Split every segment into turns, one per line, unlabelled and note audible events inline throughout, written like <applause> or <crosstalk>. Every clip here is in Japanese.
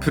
プ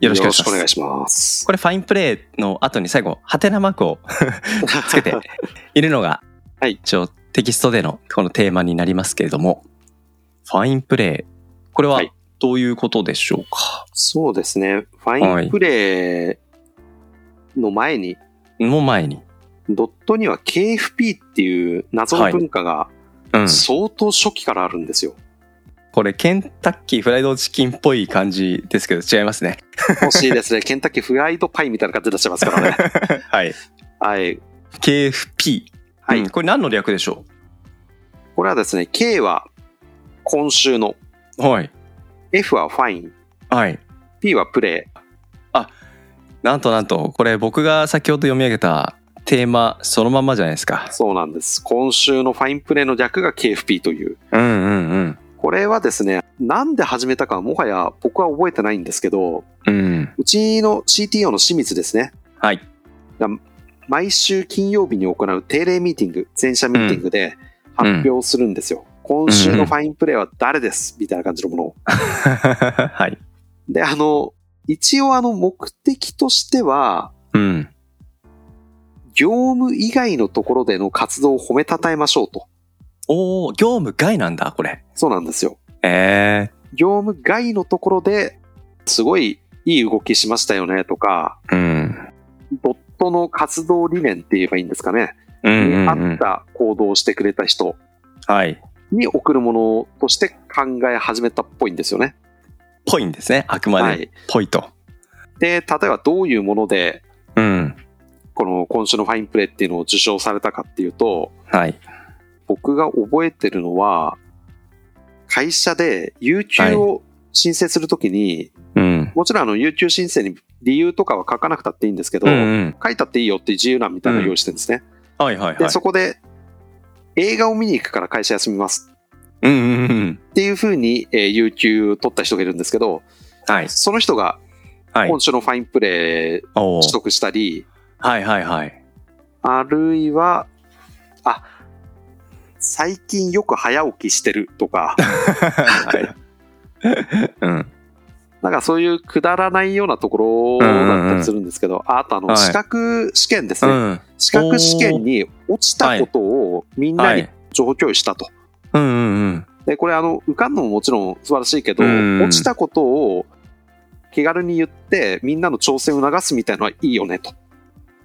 よろしくお願いします
します。
これファインプレイの後に最後ハテナマークをつけ <laughs> ているのが、
はい
一応テキストでのこのテーマになりますけれどもファインプレイこれは
はい
どういうことでしょうか、
<laughs> そうですね。ファインプレイの前に、
の前に、
ドットには KFP っていう謎の文化が
うん、
相当初期からあるんですよ。
これケンタッキーフライドチキンっぽい感じですけど違いますね
欲し
<laughs>
いですね。ケンタッキーフライドパイみたいな感じ出してますからね。
はい
はい。
KFP、
はい、
うんこれ何の略でしょ
これはですね、K は今週の、
うはい
F はファイン、
はい
P はプレイ。
なんとなんとこれ僕が先ほど読み上げたテーマそのまんまじゃないですか
そうなんです。今週のファインプレイの略が KFP という。
うんうんうん
これはですね、なんで始めたかはもはや僕は覚えてないんですけど、
うん
うちの CTO の清水ですね。
<laughs> はい
毎週金曜日に行う定例ミーティング、全社ミーティングで
うん
発表するんですよ。今週のファインプレーは誰ですみたいな感じのものを。
はい。
で、あの、一応あの目的としては、
うん。
業務以外のところでの活動を褒めたたえましょうと。
おお、業務外なんだ、これ。
そうなんですよ。
え
業務外のところで、すごいいい動きしましたよねとか、
えうん。
ドットの活動理念って言えばいいんですかね。
うん
に
うん、う
合っ
ん。
た行動をしてくれた人
はい。
に贈るものとして考え始めたっぽいんですよね。
ぽいんですね。あくま
は
で。
い。
ぽいと。
で、例えばどういうもので、
うん。
この今週のファインプレーっていうのを受賞されたかっていうと、
はい。
僕が覚えてるのは、会社で有給を申請するときに、
うん。
もちろんあの有給申請に理由とかは書かなくたっていいんですけど、
うんうん。
書いたっていいよっていう自由欄みたいなのを用意してるんですね。
はいはい
で、
はい
そ。こで映画を見に行くから会社休みます
うんうんうん。
っていうふうに、えー有給取った人がいるんですけど、
はい。
その人が
はい
今。週のファインプレー
おお。
取得したり、
はいはいはい。
あるいは、あ、最近よく早起きしてる
<laughs>
とか、
はい。
<laughs>
うん。
なんかそういうくだらないようなところだったりするんですけど、ああとあ
は
の、
い
資格試験です
う
ね。
ん。
資格試験に落ちたことをみんな
は
に
い。
情報共有したと。
うんうん
で、これあの、受かんのももちろん素晴らしいけど、
うん
落ちたことを気軽に言ってみんなの挑戦を促すみたいのはいいよねと。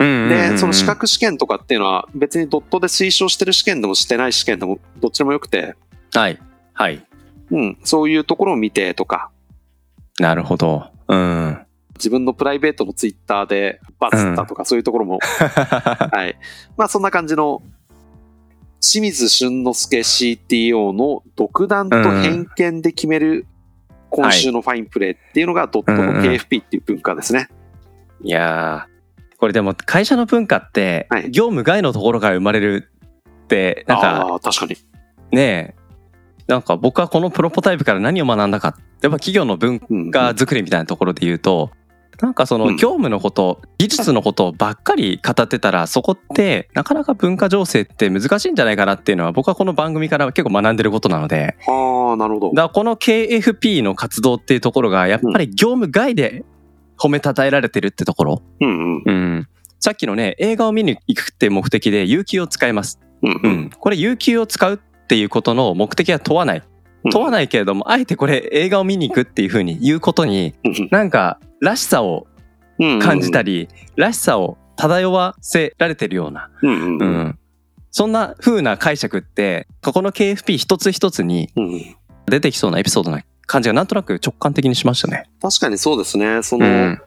うん。
で、その資格試験とかっていうのは別にドットで推奨してる試験でもしてない試験でもどっちでもよくて、
はい。はい。
うん、そういうところを見てとか、
なるほど。うん。
自分のプライベートのツイッターでバズったとか、そういうところ
<laughs>
も、はい。まあそんな感じの、清水俊之介 CTO の独断と偏見で決める今週のファインプレーっていうのがドットの
うんうん
KFP っていう文化ですね。
いやーこれでも会社の文化って
はい
業務外のところから生まれるってなんか
ああ、確かに。
ねえなんか僕はこのプロポタイプから何を学んだかやっぱ企業の文
うん、
化作りみたいなところで言うとなんかその
うん
業務のこと技術のことばっかり語ってたらそこってなかなか文化情勢って難しいんじゃないかなっていうのは僕はこの番組から結構学んでることなので
ああ、なるほど。
だからこの KFP の活動っていうところがやっぱり業務外で褒めたたえられてるってところ
うんうん。
うん。さっきのね、映画を見に行くって目的で、有給を使います。
うんうん。
これ、有給を使うっていうことの目的は問わない。
うん
問わないけれども、あえてこれ、映画を見に行くっていうふうに言うことに、なんか、らしさを
うん
感じたり、
り。
らしさを漂わせられてるような。
うんうん
う
うん。
ん。そんな風な解釈って、ここの KFP 一つ一つに
うん
出てきそうなエピソードな感じがなんとなく直感的にしましたね。
確かにそうですね。そうの
ん、。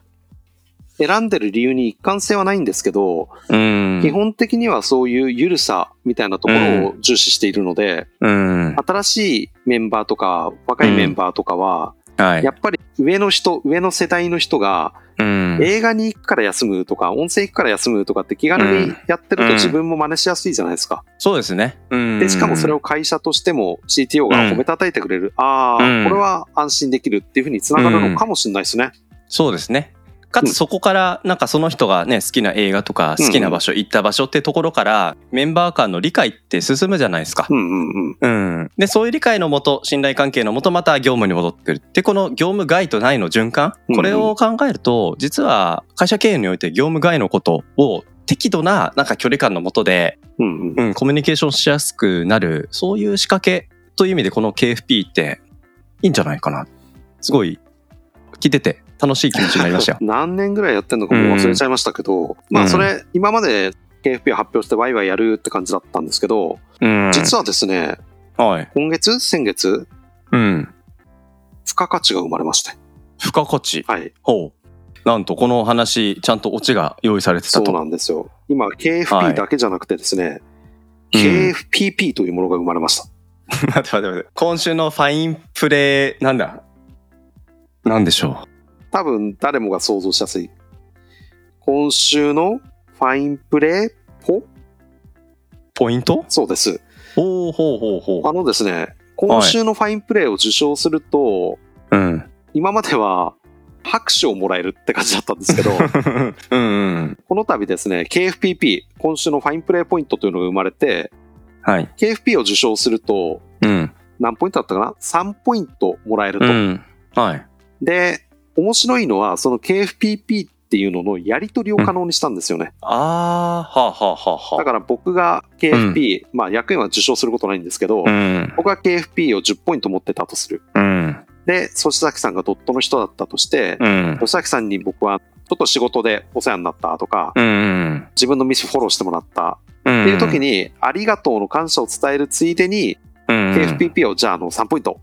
選んでる理由に一貫性はないんですけど、
うん。
基本的にはそういうゆるさみたいなところを重視しているので、
うん。
新しいメンバーとか若いメンバーとかは、
はい
や。っぱり上の人、上の世代の人が、
うん。
映画に行くから休むとか、温泉行くから休むとかって気軽にやってる
うん
と自分も真似しやすいじゃないですか。
そうですね。うん。
で、しかもそれを会社としても CTO が褒めたたいてくれる。あ
うん
あ、これは安心できるっていうふうにつながるのかもしれないですね。
そうですね。かつそこからなんかその人がね好きな映画とか
うん
好きな場所行った場所ってところからメンバー間の理解って進むじゃないですか
う。んうんうん。
うん。で、そういう理解のもと、信頼関係のもと、また業務に戻ってくる。で、この業務外と内の循環、
うん
これを考えると、実は会社経営において業務外のことを適度ななんか距離感のもとで、
うんうん。。
うん、コミュニケーションしやすくなる、そういう仕掛けという意味で、この KFP っていいんじゃないかな。すごい、聞いてて楽しい気持ちになりましたよ
何年ぐらいやってんのかもう忘れちゃいましたけど、まあそれ、今まで KFP を発表してワイワイやるって感じだったんですけど、
うん。
実はですね、
はい。
今月、先月、
うん。
付加価値が生まれまして。
付加価値。
はい。
ほう。なんと、この話、ちゃんとオチが用意されて
そ
た
う
と。
なんですよ。今、
はい
KFP だけじゃなくてですね、
うん
KFPP というものが生まれました。
<laughs> 待って待って待って。今週のファインプレー、なんだなんでしょ
多分、誰もが想像しやすい。今週のファインプレーポ
うポイント
そうです。
ほうほうほうほ
あのですね、今週のファインプレーを受賞すると、
う。うん。
今までは拍手をもらえるって感じだったんです
<laughs>
けど、
うんうん。
この度ですね、KFPP、今週のファインプレーポイントというのが生まれて、
はい。
KFP を受賞すると、
うん。
何ポイントだったかな ?3 ポイントもらえると。
うん。はい。
で、面白いのは、その KFPP っていうののやり取りを可能にしたんですよね。
あー、はあ、はあはあは
だ
あ。
から僕が KFP、まあ役員は受賞することないんですけど、
うん。
僕が KFP を10ポイント持ってたとする。
うん。
で、粗崎さんがドットの人だったとして、
うん
粗。崎さんに僕は、ちょっと仕事でお世話になったとか、
うん。
自分のミスフォローしてもらった
うん。っ
っていう時、に、ありがとうの感謝を伝えるついでに、
うん、
KFPP をじゃああの3ポイント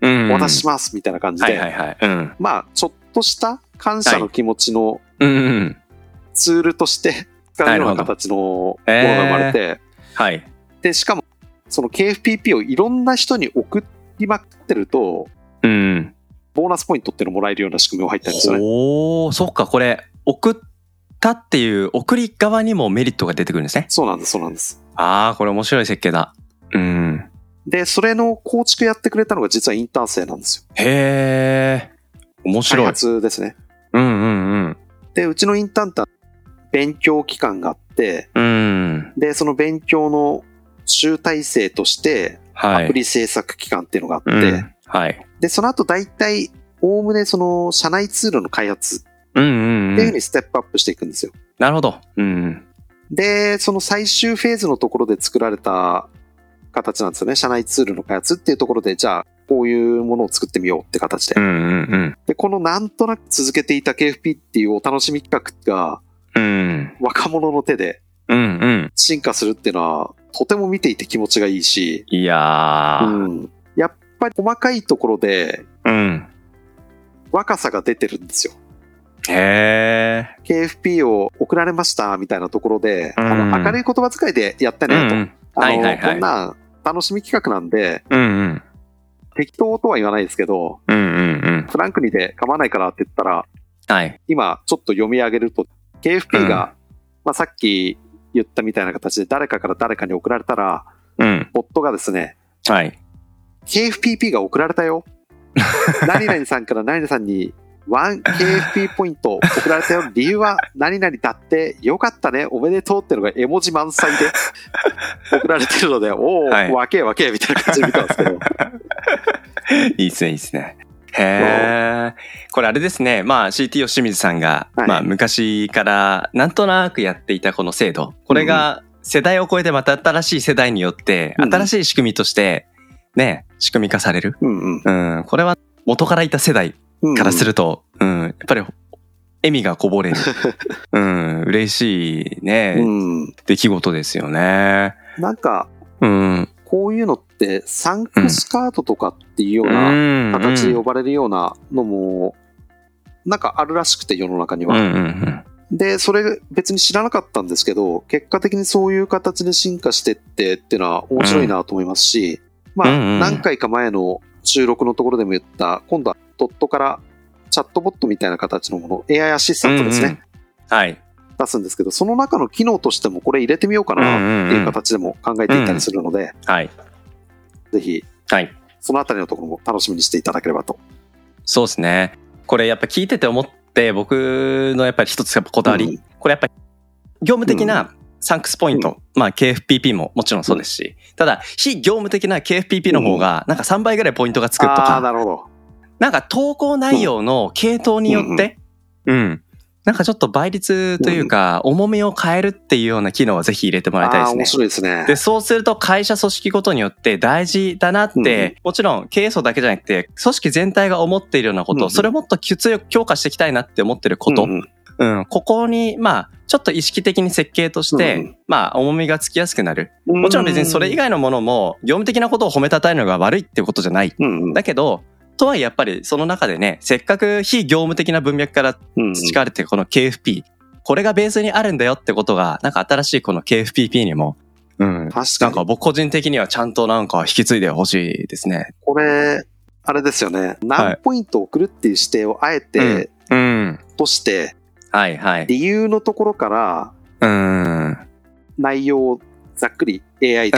うん、
お渡ししますみたいな感じ
はいは
で、
いはい。うん。
まあ、ちょっとした感謝の気持ちの
うんうん。
ツールとして使うような形のものが生まれて、
はい。
で、しかも、その KFPP をいろんな人に送りまくってると、
うん。
ボーナスポイントっていうのもらえるような仕組みを入ったんですよね。
ほう、そっか、これ、送ったっていう、送り側にもメリットが出てくるんですね。
そうなんです、そうなんです。
あー、これ面白い設計だ。うん。
で、それの構築やってくれたのが実はインターン生なんですよ。
へえ、面
開
白い。
発ですね。
うんうん
で、うちのインターンって勉強期間があって、
うん。うん。
で、その勉強の集大成として、
は
ア
い。
プリ制作期間っていうのがあって、
うん、はい。
で、その後大体、おおむねその社内ツールの開発っ
うんうん
てい
う。
うふうんにステップアップしていくんですよ。
なるほど。うん。
で、その最終フェーズのところで作られた形なんですよね。社内ツールの開発っていうところで、じゃあ、こういうものを作ってみようって形で
うんう。ん
で、このなんとなく続けていた KFP っていうお楽しみ企画が
うん。うん。
若者の手で
うんうん。
進化するっていうのは、とても見ていて気持ちがいいし、
いや
う
ー。
ん。やっぱり細かいところで
うん。
若さが出てるんですよ。
へ
KFP を送られましたみたいなところで、
うん
あの明るい言葉遣いでやって
ー。う
ねと、
ん
あの
はいはいはい
こんな楽しみ企画なんで
うんうん。
適当とは言わないですけど
うんうんうん。
フランクにで構わないからって言ったら
はい。
今ちょっと読み上げると KFP が、まあ、さっき言ったみたいな形で誰かから誰かに送られたら
うん。
ボットがですね
はい。
KFPP が送られ
<laughs>
たよ何々さんから何々さんに 1KFP ポイント送られたよ理由は何々だってよかったねおめでとうってのが絵文字満載
<laughs>
で送られてるのでおお、
はい
わけわけみたいな感じで見たんですけど
<laughs> いいっすね、いいっすね。へえ。これあれですね。まあ CTO 清水さんが、
はい
まあ昔からなんとなくやっていたこの制度。これが世代を超えてまた新しい世代によって、
うん
新しい仕組みとして、ね、仕組み化される。
うんうん
<laughs> うん。これは元からいた世代
うん
からすると、うん、やっぱり、笑みがこぼれ
<laughs>
る。うん、嬉しいね、
うん
出来事ですよね。
なんか
うん。
こういうのってサンクスカードとかっていうような形で呼ばれるようなのもなんかあるらしくて世の中に
うん
は、
うんうん。
で、それ別に知らなかったんですけど、結果的にそういう形で進化してってっていうのは面白いなと思いますし、まあ、
うんうん
何回か前の収録のところでも言った、今度はドットからチャットボットみたいな形のもの、AI アシスタントですね、
うんうん。はい。
出すんですけど、その中の機能としてもこれ入れてみようか
うんうんう
なんっていう形でも考えていたりするので、
はい。
ぜひ
はい。
そのあたりのところも楽しみにしていただければと。
そうですね。これやっぱ聞いてて思って、僕のやっぱり一つやっぱこだわり。
うん
これやっぱり業務的なサンクスポイント、まあ KFPP ももちろんそうですし、ただ非業務的な KFPP の方がなんか3倍ぐらいポイントがつくと
ああー、
か、
なるほど。
なんか投稿内容の系統によって、うん。なんかちょっと倍率というか、重みを変えるっていうような機能はぜひ入れてもらいたい
あ
で
あー、
すね
面。白いです <laughs> ね。
で、そうすると会社組織ごとによって大事だなって、
うん
もちろん経営層だけじゃなくて、組織全体が思っているようなこと、
うん
それをもっと強く強化していきたいなって思ってること、
う
うんん
うん
ここに、まあ、ちょっと意識的に設計として、
うん
まあ、重みがつきやすくなる。もちろん別にそれ以外のものも、業務的なことを褒めたたえるのが悪いってことじゃない。
うんうん
だけど、とはいえやっぱりその中でね、せっかく非業務的な文脈から
うんうん
培われているこの KFP、これがベースにあるんだよってことが、なんか新しいこの KFPP にも、うん、
確
な
か
ん
に
か僕個人的にはちゃんとなんか引き継いでほしいですね。
これ、あれですよね。何ポイント送るっていう指定をあえ
うん
て
うん。
落として、
はいはい。
理由のところから
うん。うん。、
内容をざっくり AI で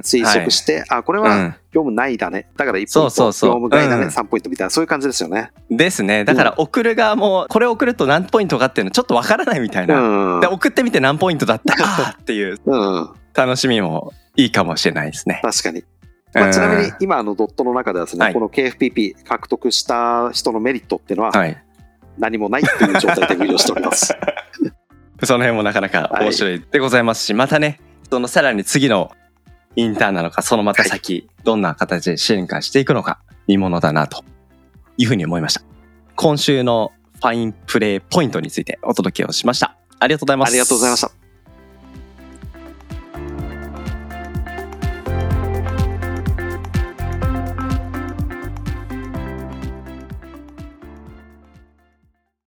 推測してて、あ、これ
はい
は業務ないだね。だから1ポイント、
そうそうそう
業務外だ
う
ね、
ん
3ポイントみたいな、そういう感じですよね。
うん。ですね。だから送る側も、これ送ると何ポイントかっていうのちょっとわからないみたいうな。
ん。うん
で、。送ってみて何ポイントだったあーっていう楽しみもいいかもしれないですね。
確かに。ま
う
あ、
ん
ちなみに、今あのドットの中ではです
は
ね、
い
この KFPP 獲得した人のメリットっていうのは
はい。
何もないという状態で無料しております。
その辺もなかなか面白いでございますし、またね、そのさらに次のインターンなのか、そのまた先、どんな形で進化していくのか、見ものだなというふうに思いました。 <laughs> 今週のファインプレーポイントについてお届けをしました。ありがとうございます。
ありがとうございました。